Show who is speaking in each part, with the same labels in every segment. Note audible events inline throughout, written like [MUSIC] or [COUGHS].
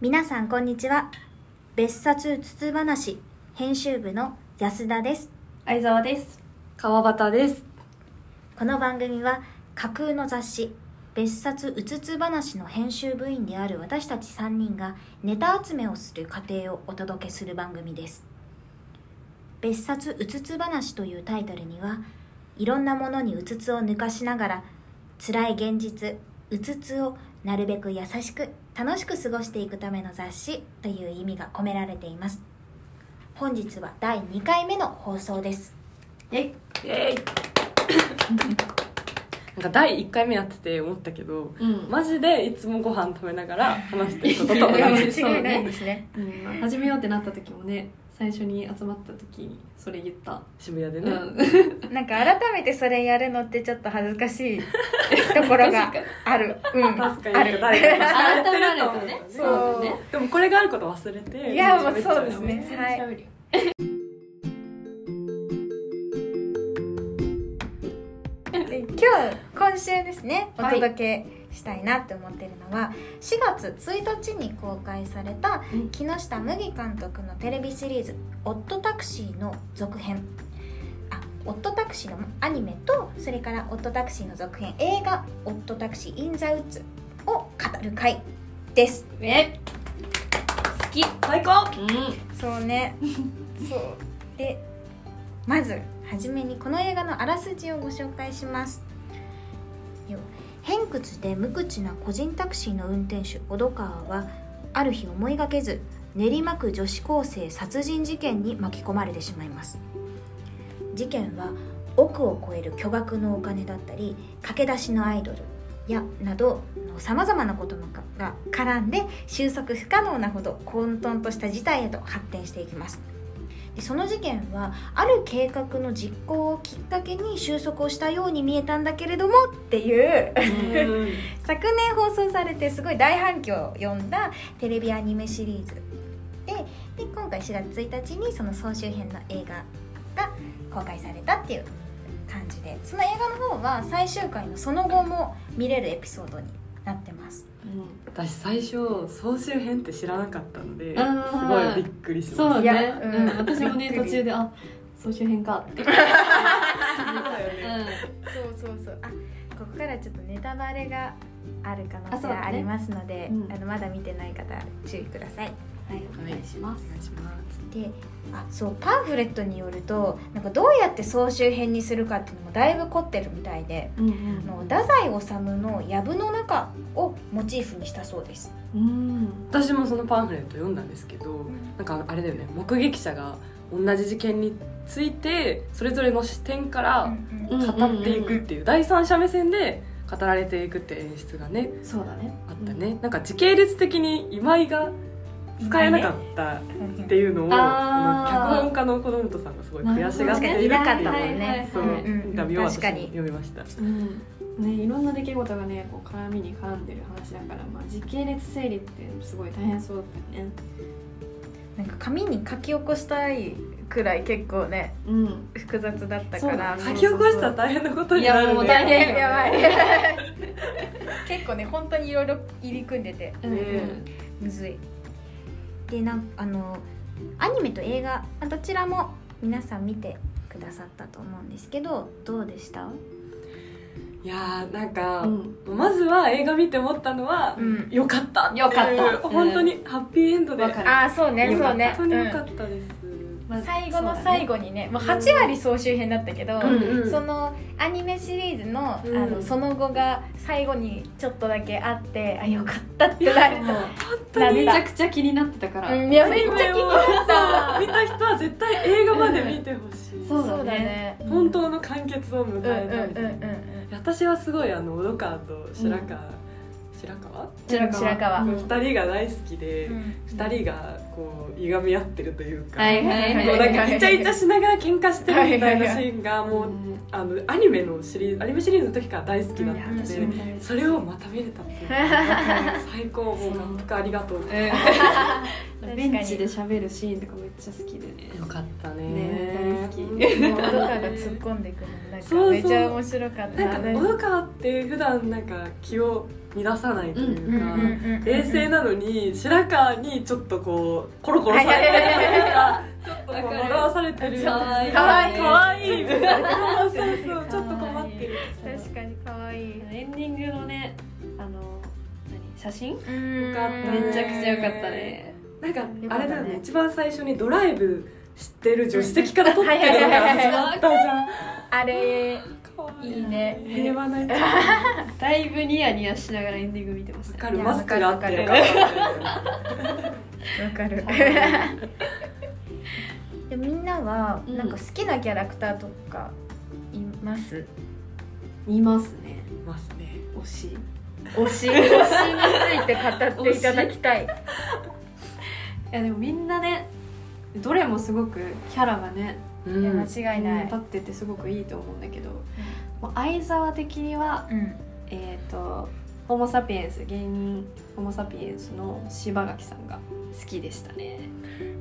Speaker 1: 皆さんこんにちは別冊つつ話編集部の安田です
Speaker 2: 相沢です川端です
Speaker 1: この番組は架空の雑誌別冊うつつ話の編集部員である私たち3人がネタ集めをする過程をお届けする番組です別冊うつつ話というタイトルにはいろんなものにうつつを抜かしながら辛い現実うつつをなるべく優しく楽しく過ごしていくための雑誌という意味が込められています本日は第2回目の放送です
Speaker 2: イェイ
Speaker 3: イエーイ [COUGHS] なんか第1回目やってて思ったけど
Speaker 2: うん、
Speaker 3: マジでいつもご飯食べながら話してることと同
Speaker 2: いや
Speaker 3: じ
Speaker 2: 間 [LAUGHS] 違いない
Speaker 1: ですね
Speaker 2: うん始めようってなった時もね最初に集まった時にそれ言った、
Speaker 3: 渋谷で
Speaker 2: う
Speaker 3: ね、
Speaker 2: ん、
Speaker 1: なんか改めてそれやるのってちょっと恥ずかしいところがあるうん
Speaker 3: 確かに
Speaker 1: あ
Speaker 3: なんか
Speaker 1: る
Speaker 3: 誰かが喋
Speaker 2: 改め
Speaker 3: っ
Speaker 2: ら
Speaker 3: て
Speaker 2: れ
Speaker 3: ると思
Speaker 2: た
Speaker 3: う
Speaker 2: ね
Speaker 3: んだ
Speaker 2: そ
Speaker 3: よ
Speaker 2: う
Speaker 3: ね
Speaker 2: だね
Speaker 3: でもこれがあること忘れて
Speaker 1: いや
Speaker 3: めっちゃ
Speaker 1: もうそうですね
Speaker 3: めっちゃ
Speaker 1: はい
Speaker 2: 喋るよ
Speaker 1: で今日今週ですねお届けしたいなって思ってるのは、4月1日に公開された
Speaker 2: うん
Speaker 1: 木下麦監督のテレビシリーズ「オットタクシー」の続編あオットタクシーのアニメとそれからオットタクシーの続編映画「オットタクシー・イン・ザ・ウッズ」を語る回です
Speaker 2: え好き
Speaker 3: 最高
Speaker 2: う
Speaker 1: そうね [LAUGHS] そうでまずはじめにこの映画のあらすじをご紹介しますよ偏屈で無口な個人タクシーの運転手小戸川はある日思いがけず練馬区女子高生殺人事件に巻き込まれてしまいます事件は億を超える巨額のお金だったり駆け出しのアイドルやなどさまざまなことが絡んで収束不可能なほど混沌とした事態へと発展していきますでその事件はある計画の実行をきっかけに収束をしたように見えたんだけれどもっていう
Speaker 3: うん
Speaker 1: 昨年放送されてすごい大反響を呼んだテレビアニメシリーズでで今回4月1日にその総集編の映画が公開されたっていう感じでその映画の方は最終回のその後も見れるエピソードになってます
Speaker 2: ん
Speaker 3: 私最初総集編って知らなかったので
Speaker 2: あ
Speaker 3: す
Speaker 2: ー
Speaker 3: ごいびっくりしました
Speaker 2: そ
Speaker 1: い
Speaker 2: うね
Speaker 1: や、
Speaker 2: う
Speaker 1: うん
Speaker 2: ん、私もね
Speaker 1: びっく
Speaker 2: 途
Speaker 1: り
Speaker 2: 中であ総集編かって、うん、
Speaker 1: そうそうそうあここからちょっとネタバレがある可
Speaker 2: あ
Speaker 1: 能性
Speaker 2: そうだね
Speaker 1: がありますのであ、
Speaker 2: うん
Speaker 1: のまだ見てない方注意ください
Speaker 2: はいお願いします
Speaker 3: お願いします
Speaker 1: であそうパンフレットによるとなんかどうやって総集編にするかっていうのもだいぶ凝ってるみたいで
Speaker 2: うん
Speaker 1: あの太宰治の「藪の中」をモチーフにしたそうです。
Speaker 2: うん
Speaker 3: 私もそのパンフレット読んだんですけどなんかあれだよね目撃者が同じ事件についてそれぞれの視点から、
Speaker 1: うん
Speaker 2: うん
Speaker 3: 語っていくっていう第三者目線で語られていくって演出がね
Speaker 2: そうだね
Speaker 3: あったね、なんか時系列的に今井が使えなかった
Speaker 1: うん
Speaker 3: っていうのを、
Speaker 2: あー
Speaker 3: あの脚本家の子供とさんがすごい悔しが
Speaker 1: 確
Speaker 3: っ
Speaker 1: か
Speaker 3: て
Speaker 1: に
Speaker 3: い
Speaker 1: い
Speaker 3: る
Speaker 1: な
Speaker 3: って
Speaker 1: かっ
Speaker 3: いう
Speaker 1: たもん
Speaker 2: はいはい
Speaker 1: ね。
Speaker 3: そう、
Speaker 2: うんうん
Speaker 3: インタビューを私
Speaker 1: 確か
Speaker 3: も
Speaker 1: に
Speaker 3: 読みました
Speaker 2: うんね、いろんな出来事がねこう絡みに絡んでる話だから、まあ、時系列整理ってすごい大変そうだったよね
Speaker 1: なんか紙に書き起こしたいくらい結構ね
Speaker 2: うん
Speaker 1: 複雑だったから
Speaker 2: そ
Speaker 3: 書
Speaker 2: う
Speaker 3: き起こしたら大変なことになる
Speaker 2: いや
Speaker 3: ね
Speaker 2: もう大変
Speaker 1: やばい
Speaker 3: [LAUGHS]
Speaker 1: 結構ね本当にいろいろ入り組んでて
Speaker 2: うんうん
Speaker 1: むずいでなんあのアニメと映画まあどちらも皆さん見てくださったと思うんですけどどうでした
Speaker 3: いやーなんか、
Speaker 2: うん
Speaker 3: まずは映画見て思ったのは、
Speaker 1: うん
Speaker 3: よかったていう
Speaker 2: よかった
Speaker 3: 本当にハッピーエンドで、
Speaker 2: わかる
Speaker 1: ああそうね
Speaker 2: よかった
Speaker 1: そうね
Speaker 3: 本当によかったです、
Speaker 2: まあ
Speaker 1: 最後の最
Speaker 2: 後
Speaker 1: 後にねもう8割総集編だったけど、
Speaker 3: うんうん
Speaker 1: そのアニメシリーズの,、
Speaker 3: うん
Speaker 1: あのその後が最後にちょっとだけあってあよかったってなる
Speaker 3: 本
Speaker 1: な
Speaker 3: 当
Speaker 1: ん
Speaker 3: に
Speaker 1: だ
Speaker 2: めちゃくちゃ気になってたから、
Speaker 1: うんいやめっちゃ気になっ
Speaker 3: さ
Speaker 1: た
Speaker 3: あ見た人は絶対映画まで見てほしい、
Speaker 2: うんそうだね
Speaker 3: 本当の完結を迎
Speaker 1: うんうん
Speaker 3: えたみたいな、
Speaker 1: うんうん
Speaker 3: 私はすごいあの小戸川と白川、白川、
Speaker 2: 白川
Speaker 1: 白川
Speaker 2: う
Speaker 3: 二
Speaker 2: ん
Speaker 3: 2人が大好きで、
Speaker 1: うん
Speaker 3: 二2人がこういがみ合ってるというか、
Speaker 2: はいはいはい
Speaker 3: こうなんかイチャイチャしながら喧嘩してるみたいな
Speaker 1: はいはいは
Speaker 3: シ
Speaker 1: い
Speaker 3: ーンがもう、
Speaker 2: ん
Speaker 3: あのアニメのシリーズアニメシリーズの時から大好きだっ
Speaker 2: いや
Speaker 3: たので、
Speaker 2: 私も [LAUGHS] 大好き
Speaker 3: それをまた見れたっていう最高もう満腹ありがとう
Speaker 2: うん
Speaker 1: かに
Speaker 2: ベンチで喋るシーンとかめっちゃ好きでね
Speaker 3: よかったね
Speaker 2: ね大好き
Speaker 1: 小川が突っ込んでくるのなんかめちゃ面白かった
Speaker 3: なんか及川って普段なんか気を乱さないというか、冷静なのに白川にちょっとこうコロコロされてるというかちょっとこう惑わされてる
Speaker 2: わかる
Speaker 3: 可愛い
Speaker 2: かわ
Speaker 3: いみたいなそうそうちょっと困ってる
Speaker 1: 確かに可愛い
Speaker 2: エンディングのねあの何写真
Speaker 1: よ
Speaker 3: かった
Speaker 2: めちゃくちゃ良かったね
Speaker 3: なんか
Speaker 1: よか
Speaker 3: あ
Speaker 1: ったね
Speaker 3: れだよね一番最初にドライブしてる助手席から撮ってるのが始まったじゃん
Speaker 1: あれ
Speaker 3: 可愛
Speaker 1: いいね
Speaker 3: 平和な一面
Speaker 2: だいぶニヤニヤしながらエンディング見てまし
Speaker 3: わ
Speaker 2: た
Speaker 3: か
Speaker 2: ね
Speaker 3: るマスクがあって
Speaker 1: わ
Speaker 3: よ
Speaker 1: かる
Speaker 3: かった
Speaker 1: わかる
Speaker 2: 可愛
Speaker 1: でみんなは
Speaker 2: うん
Speaker 1: なんか好きなキャラクターとかいます、
Speaker 2: いますね
Speaker 3: ますね
Speaker 2: 推し
Speaker 1: 推
Speaker 2: [LAUGHS]
Speaker 1: し推しについて語っていただきたい
Speaker 2: いやでもみんなねどれもすごくキャラがね
Speaker 3: う
Speaker 1: いや間
Speaker 3: ん
Speaker 1: 違いない
Speaker 2: 立っててすごくいいと思うんだけど、もう相沢的には
Speaker 1: うん
Speaker 2: えっ、とホモ・サピエンス芸人ホモ・サピエンスの柴垣さんが好きでしたね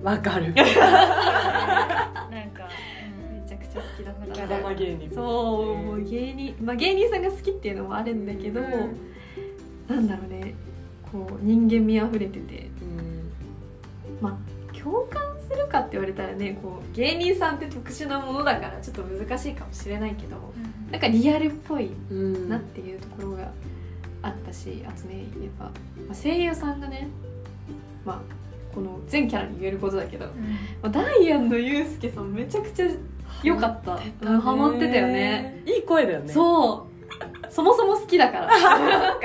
Speaker 3: わか
Speaker 1: なん
Speaker 3: る
Speaker 1: か、
Speaker 2: めちゃくちゃ好きだった
Speaker 1: キ
Speaker 3: 仲
Speaker 1: ャラ
Speaker 3: 間芸人
Speaker 2: そうもう芸人まあ芸人さんが好きっていうのもあるんだけど、
Speaker 1: うん
Speaker 2: なんだろうねこう人間味あふれてて
Speaker 3: うん
Speaker 2: まあ共感するかって言われたらねこう芸人さんって特殊なものだからちょっと難しいかもしれないけどなんかリアルっぽい
Speaker 3: うん
Speaker 2: なっていうところがあったしあとねやっぱ、まあ声優さんがねまあこの全キャラに言えることだけど、まあ、ダイアンのユうスケさんめちゃくちゃ良かったうんハマってたよね
Speaker 3: いい声だよねう
Speaker 2: そうそもそも好きだから [LAUGHS] そ
Speaker 1: そっか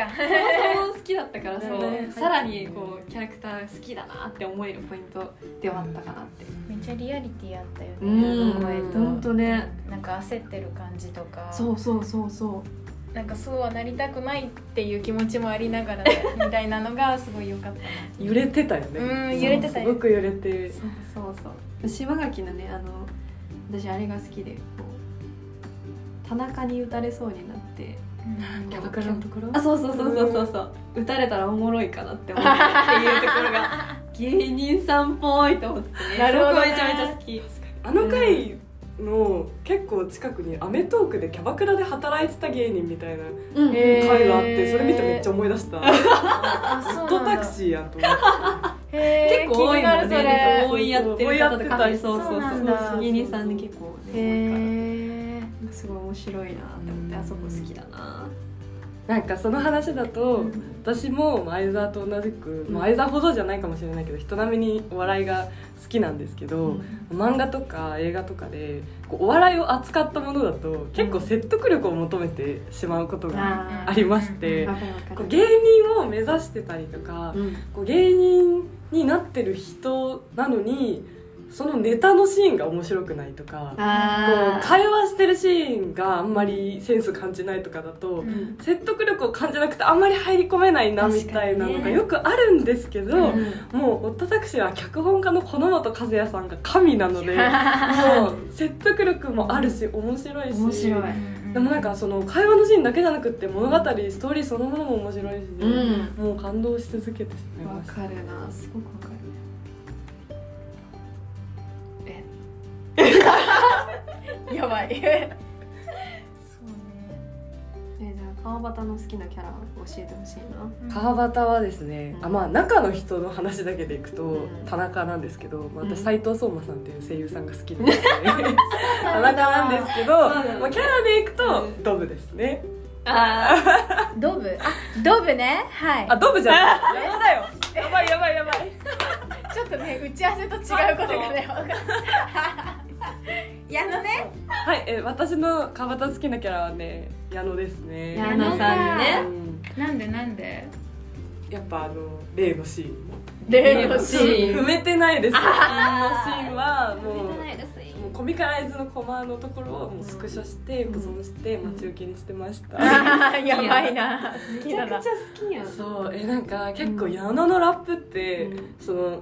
Speaker 2: もそも好きだったからそう、
Speaker 3: ね
Speaker 2: さらにこうキャラクター好きだなって思えるポイントではあったかなって
Speaker 1: めっちゃリアリティあったよね、
Speaker 2: うん
Speaker 1: 声と
Speaker 2: ほんとね
Speaker 1: なんか焦ってる感じとか
Speaker 2: そうそうそうそ
Speaker 1: なんかそうはなりたくないっていう気持ちもありながらみたいなのがすごい良かったな
Speaker 3: 揺れてたよね
Speaker 1: うん揺れてたよ
Speaker 3: すごく揺れて
Speaker 2: うそうそうそう島垣のねあの私あれが好きでこう田中に打たれそうになって
Speaker 3: キャバクラのところ
Speaker 2: あそうそうそうそうそうそう打たれたらおもろいかなって思ったっていうところが [LAUGHS] 芸人さんっぽいと思って、ね、
Speaker 1: なるほどね
Speaker 2: そこめちゃめちゃ好き
Speaker 3: あの回の結構近くに『アメトーク』でキャバクラで働いてた芸人みたいな
Speaker 2: うん
Speaker 1: へー
Speaker 3: 回があってそれ見てめっちゃ思い出した「
Speaker 2: [LAUGHS]
Speaker 1: あそ
Speaker 3: ホッ
Speaker 1: う
Speaker 3: ト
Speaker 1: なん
Speaker 3: タ
Speaker 1: だ
Speaker 3: クシー」やと思って
Speaker 1: へー
Speaker 2: 結構多
Speaker 1: 気
Speaker 2: いもん
Speaker 1: にな
Speaker 2: ね
Speaker 1: る
Speaker 2: 応援やってる方とかね
Speaker 3: そ
Speaker 2: そうう
Speaker 1: そ
Speaker 2: そうう
Speaker 1: そう
Speaker 2: そう芸人さんで結構
Speaker 1: それ
Speaker 2: ね
Speaker 1: へー
Speaker 2: 多いからすごい面白いなって思って
Speaker 3: うん
Speaker 2: あそこ好きだな
Speaker 3: なんかその話だと
Speaker 2: うん
Speaker 3: 私も相沢と同じく
Speaker 2: うん
Speaker 3: まあ相沢ほどじゃないかもしれないけど人並みにお笑いが好きなんですけど、漫画とか映画とかでこうお笑いを扱ったものだと結構説得力を求めてしまうことが
Speaker 2: あ
Speaker 3: ありまして、
Speaker 2: わかるわか
Speaker 3: こう
Speaker 2: る
Speaker 3: 芸人を目指してたりとか、
Speaker 2: うん
Speaker 3: こう芸人になってる人なのにそのネタのシーンが面白くないとかこ
Speaker 2: あ
Speaker 3: う
Speaker 2: ー
Speaker 3: 会話してるシーンがあんまりセンス感じないとかだと、
Speaker 1: うん
Speaker 3: 説得力を感じなくてあんまり入り込めないなみ
Speaker 2: 確かにね
Speaker 3: たいなのがよくあるんですけど、
Speaker 2: うん
Speaker 3: もう夫タクシーは脚本家の小野本和也さんが神な
Speaker 2: [LAUGHS]
Speaker 3: のでもう説得力もあるし面白いし
Speaker 2: 面白い
Speaker 3: でもなんかその会話のシーンだけじゃなくって物語ストーリーそのものも面白いし、
Speaker 2: うん
Speaker 3: もう感動し続けてしまい
Speaker 2: わ
Speaker 3: ました
Speaker 2: かるなすごくわかるえ
Speaker 1: やばいそうね
Speaker 2: えじゃあ川端の好きなキャラを教えてほしいな
Speaker 3: 川端はですね、
Speaker 2: うん
Speaker 3: あまあ中の人の話だけでいくと、
Speaker 2: うん
Speaker 3: 田中なんですけど、まあ、
Speaker 2: うん
Speaker 3: 私斎藤聡真さんっていう声優さんが好きで、 [LAUGHS] ね、田中なんですけど、
Speaker 2: そうなんだ
Speaker 3: まあ、キャラでいくと、
Speaker 2: うん
Speaker 3: ドブですね
Speaker 2: ああ
Speaker 1: ドブあドブねはい
Speaker 3: あドブ [LAUGHS] じゃない山だよやばいやばいやばい
Speaker 1: ちょっとね打ち合わせと違うことがね分かんないい [LAUGHS] やあのね
Speaker 3: はいえ私の川端好きなキャラはね矢野ですね
Speaker 2: 矢野さんね
Speaker 3: うん
Speaker 1: なんでなんで
Speaker 3: やっぱあの例のシーン
Speaker 1: 例
Speaker 2: の
Speaker 1: の
Speaker 2: シ
Speaker 1: シ
Speaker 2: ーン
Speaker 1: ーン
Speaker 3: 踏めてないです。
Speaker 1: あー
Speaker 3: あのシーンはもう
Speaker 2: ですね
Speaker 3: もうコミカライズのコマのところをもうスクショして保存して待ち受けにしてました。
Speaker 1: [LAUGHS] やばいな好
Speaker 2: め
Speaker 1: き
Speaker 2: ちゃ
Speaker 1: だ
Speaker 2: くちゃ
Speaker 1: な
Speaker 2: 好きやん
Speaker 3: そうえなんか結構矢野のラップって、
Speaker 2: うん
Speaker 3: その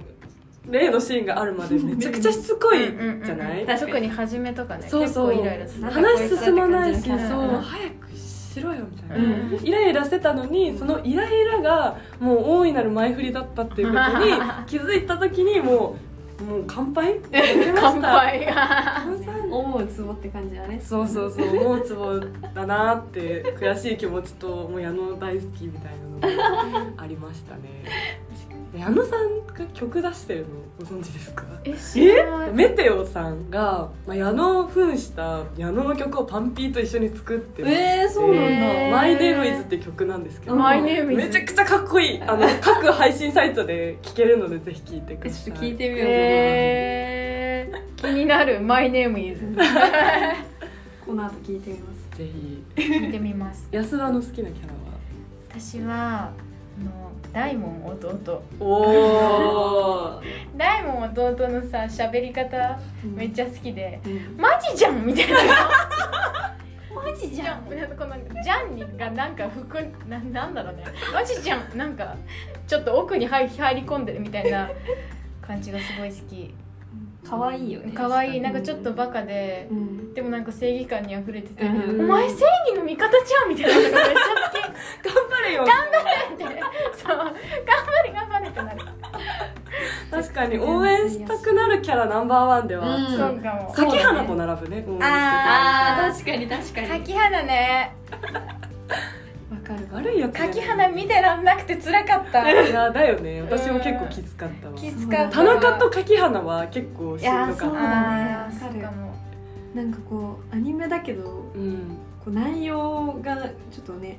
Speaker 3: 例のシーンがあるまでめちゃくちゃしつこい
Speaker 1: うんうんうんうん
Speaker 3: じゃない？
Speaker 1: 特に初めとかね
Speaker 3: そうそう
Speaker 1: 結構イライラする
Speaker 2: なんか
Speaker 3: 話進まないし、
Speaker 2: こいつだって感じのキャラ
Speaker 3: そう
Speaker 2: だな
Speaker 3: 早くししろよみたいな、
Speaker 2: うん
Speaker 3: イライラしてたのにそのイライラがもう大いなる前振りだったっていうこと
Speaker 4: [LAUGHS]
Speaker 3: に気づいた時にもうもう乾杯
Speaker 4: 乾
Speaker 1: [LAUGHS]
Speaker 4: 杯
Speaker 3: 乾杯
Speaker 2: 思うツボって感じだね
Speaker 3: [LAUGHS] そうそうそうもうツボだなって悔しい気持ちともう矢野大好きみたいなのがありましたね
Speaker 4: [LAUGHS]
Speaker 3: 矢野さんが曲出してるのご存知ですか
Speaker 4: え知らない
Speaker 3: メテオさんが、まあ、矢野を扮した矢野の曲をパンピーと一緒に作ってる
Speaker 2: えー、そうなんだ、
Speaker 4: えー
Speaker 3: マイネームイズって曲なんですけど、
Speaker 4: マイネームイズ
Speaker 3: めちゃくちゃかっこいいあの各配信サイトで聴けるのでぜひ聴いてくださ
Speaker 2: ち
Speaker 3: い
Speaker 2: ょっと聞いてみよう、
Speaker 4: えー、気になるマイネームイズ
Speaker 2: この後聞いてみます
Speaker 3: ぜひ
Speaker 4: 聞いてみます
Speaker 3: 安田の好きなキャラは
Speaker 4: 私はあの大門弟
Speaker 3: おお
Speaker 4: 大門弟のさ喋り方めっちゃ好きで「
Speaker 2: う
Speaker 4: マジじゃん!」みたいな
Speaker 1: マジじ
Speaker 4: じゃん、なんかこのじゃんにがなんか含んななんだろうね。マジじゃん、なんかちょっと奥に入入り込んでるみたいな感じがすごい好き。
Speaker 2: ん可愛いよね
Speaker 4: 可愛いなんかちょっとバカで
Speaker 2: う、ん
Speaker 4: でもなんか正義感に溢れてて、
Speaker 2: うん
Speaker 4: お前正義の味方じゃんみたいなのがめっちゃ
Speaker 3: 頑張れよ
Speaker 4: 好きって、そう頑張れ頑張れってなる。
Speaker 3: 確かに応援したくなるキャラナンバーワンでは、
Speaker 2: うん
Speaker 4: そうかも。
Speaker 3: 柿花と並ぶね応援して
Speaker 1: あ
Speaker 2: あー確かに確かに
Speaker 1: 柿
Speaker 4: 花ね、
Speaker 2: わかる
Speaker 3: た悪いやつだよね
Speaker 4: 柿花見てらんなくて辛かった。
Speaker 3: いやだよね私も結構きつかったわ
Speaker 4: 気使う。
Speaker 3: 田中と柿花は結構しんどかっ
Speaker 2: いやそう
Speaker 3: た
Speaker 4: ああ、そうかも。
Speaker 2: なんかこうアニメだけど
Speaker 3: うん
Speaker 2: こう内容がちょっとね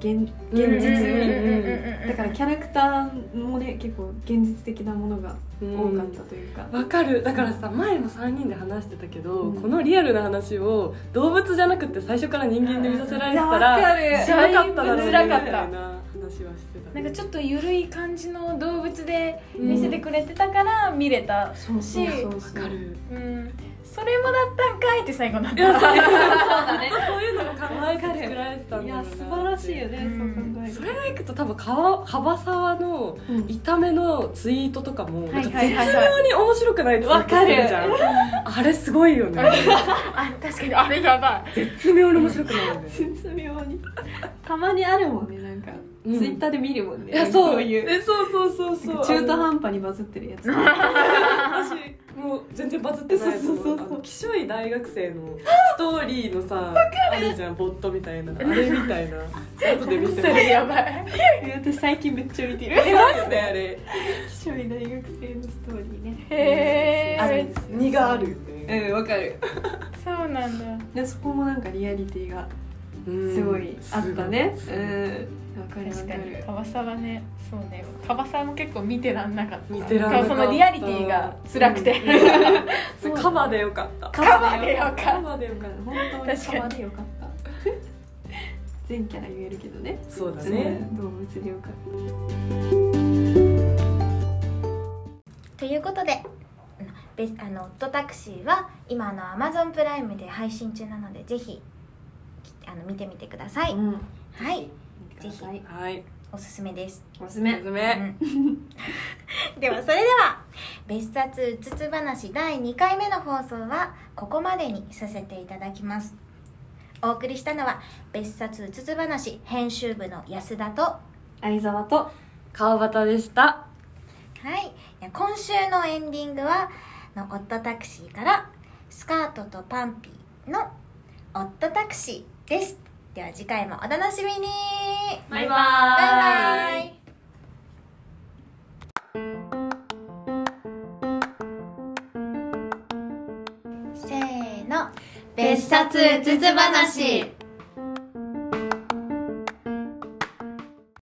Speaker 2: 現
Speaker 3: うん
Speaker 2: 現
Speaker 4: うん
Speaker 2: 実
Speaker 4: うんうん
Speaker 2: 味
Speaker 4: うんうん
Speaker 2: だからキャラクターもね結構現実的なものが多かったというか、
Speaker 3: わかるだからさ前も3人で話してたけど、
Speaker 2: うん
Speaker 3: このリアルな話を動物じゃなくて最初から人間で見させられてた
Speaker 2: わ
Speaker 3: ら
Speaker 2: かる
Speaker 3: しなかっただろうねみた
Speaker 4: だい
Speaker 3: い
Speaker 4: ぶ辛
Speaker 3: な
Speaker 4: か
Speaker 3: 話
Speaker 4: った
Speaker 3: はして
Speaker 4: な
Speaker 3: た
Speaker 4: んかちょっとゆるい感じの動物で
Speaker 3: うん
Speaker 4: 見せてくれてたから見れた、
Speaker 2: そうそうそうそう
Speaker 3: わ
Speaker 2: [LAUGHS]
Speaker 3: かる
Speaker 4: うんそれもだったんかいって最後なった
Speaker 2: だね
Speaker 3: そういうのも考えて作られてたん
Speaker 2: い
Speaker 3: だろうな
Speaker 2: や
Speaker 3: って
Speaker 2: 素晴らしいよね、
Speaker 4: うん
Speaker 2: そう考える
Speaker 3: そ
Speaker 2: と
Speaker 3: れでいくと多分川樺沢の
Speaker 2: うん
Speaker 3: 炒めのツイートとかも、
Speaker 4: はい
Speaker 3: な
Speaker 4: はい
Speaker 3: ん
Speaker 4: は
Speaker 3: か
Speaker 4: い
Speaker 3: 絶妙に面白くないツイートしてるじゃんあれすごいよね
Speaker 4: あ確かにあれやばい
Speaker 3: 絶妙に面白くないよ
Speaker 2: [LAUGHS]
Speaker 3: ね
Speaker 2: 絶妙にたまにあるもんねなんか、
Speaker 3: うん
Speaker 2: ツイッターで見るもんね
Speaker 3: いやそう
Speaker 2: いう
Speaker 3: えそうそうそうそう
Speaker 2: なんか中途半端にバズってるやつ
Speaker 3: 私もう全然バズってないと思
Speaker 2: そうそう
Speaker 3: う
Speaker 2: そう
Speaker 3: あ
Speaker 2: そう
Speaker 3: のきしょい大学生のストーリーのさあるじゃんボットみたいなあれみたいな後で見て
Speaker 4: そ
Speaker 3: も
Speaker 4: れやばい
Speaker 2: いや私最近めっちゃ見てる [LAUGHS]
Speaker 3: えマジであれ
Speaker 2: 気象医大学生のストーリーね
Speaker 4: へー
Speaker 2: あるんですよ
Speaker 3: 荷があるよね
Speaker 2: うんわかる
Speaker 4: そうなんだ
Speaker 2: でそこもなんかリアリティが
Speaker 3: うん
Speaker 2: すごいあったねうんわかるわ
Speaker 4: 確
Speaker 2: か
Speaker 4: かに
Speaker 2: る
Speaker 4: カバサはねそうねカバサも結構見てらんなかった
Speaker 3: 見てらんなかった
Speaker 4: そうそのリアリティが辛くて、
Speaker 3: すごいカバーでよかった
Speaker 4: カバーでよかった
Speaker 2: カバーでよかった本当に
Speaker 4: 確
Speaker 2: カ
Speaker 4: かに
Speaker 2: バーでよか
Speaker 3: [LAUGHS]
Speaker 2: った全キャラ言えるけどね
Speaker 3: そうだね
Speaker 2: うん動物でよかっ
Speaker 1: ということでうんべあのオットタクシーは今あの Amazon プライムで配信中なのでぜひきあの見てみてくださ
Speaker 2: た
Speaker 1: い、
Speaker 2: うん
Speaker 1: はい
Speaker 2: ぜひ
Speaker 3: はい
Speaker 1: おすすめです、
Speaker 2: おすすめ
Speaker 3: おすす
Speaker 1: う
Speaker 3: め
Speaker 1: ん [LAUGHS] ではそれでは「別冊うつつ話」第2回目の放送はここまでにさせていただきますお送りしたのは「別冊うつつ話」編集部の安田と
Speaker 2: 相沢と
Speaker 3: 川端でした
Speaker 1: はい、今週のエンディングはあの「オットタクシー」から「スカートとパンピー」の「オットタクシー」ですでは次回もお楽しみに
Speaker 2: バイバ
Speaker 1: バ
Speaker 2: ーイ
Speaker 1: イバイせーの
Speaker 4: 別冊うつつ話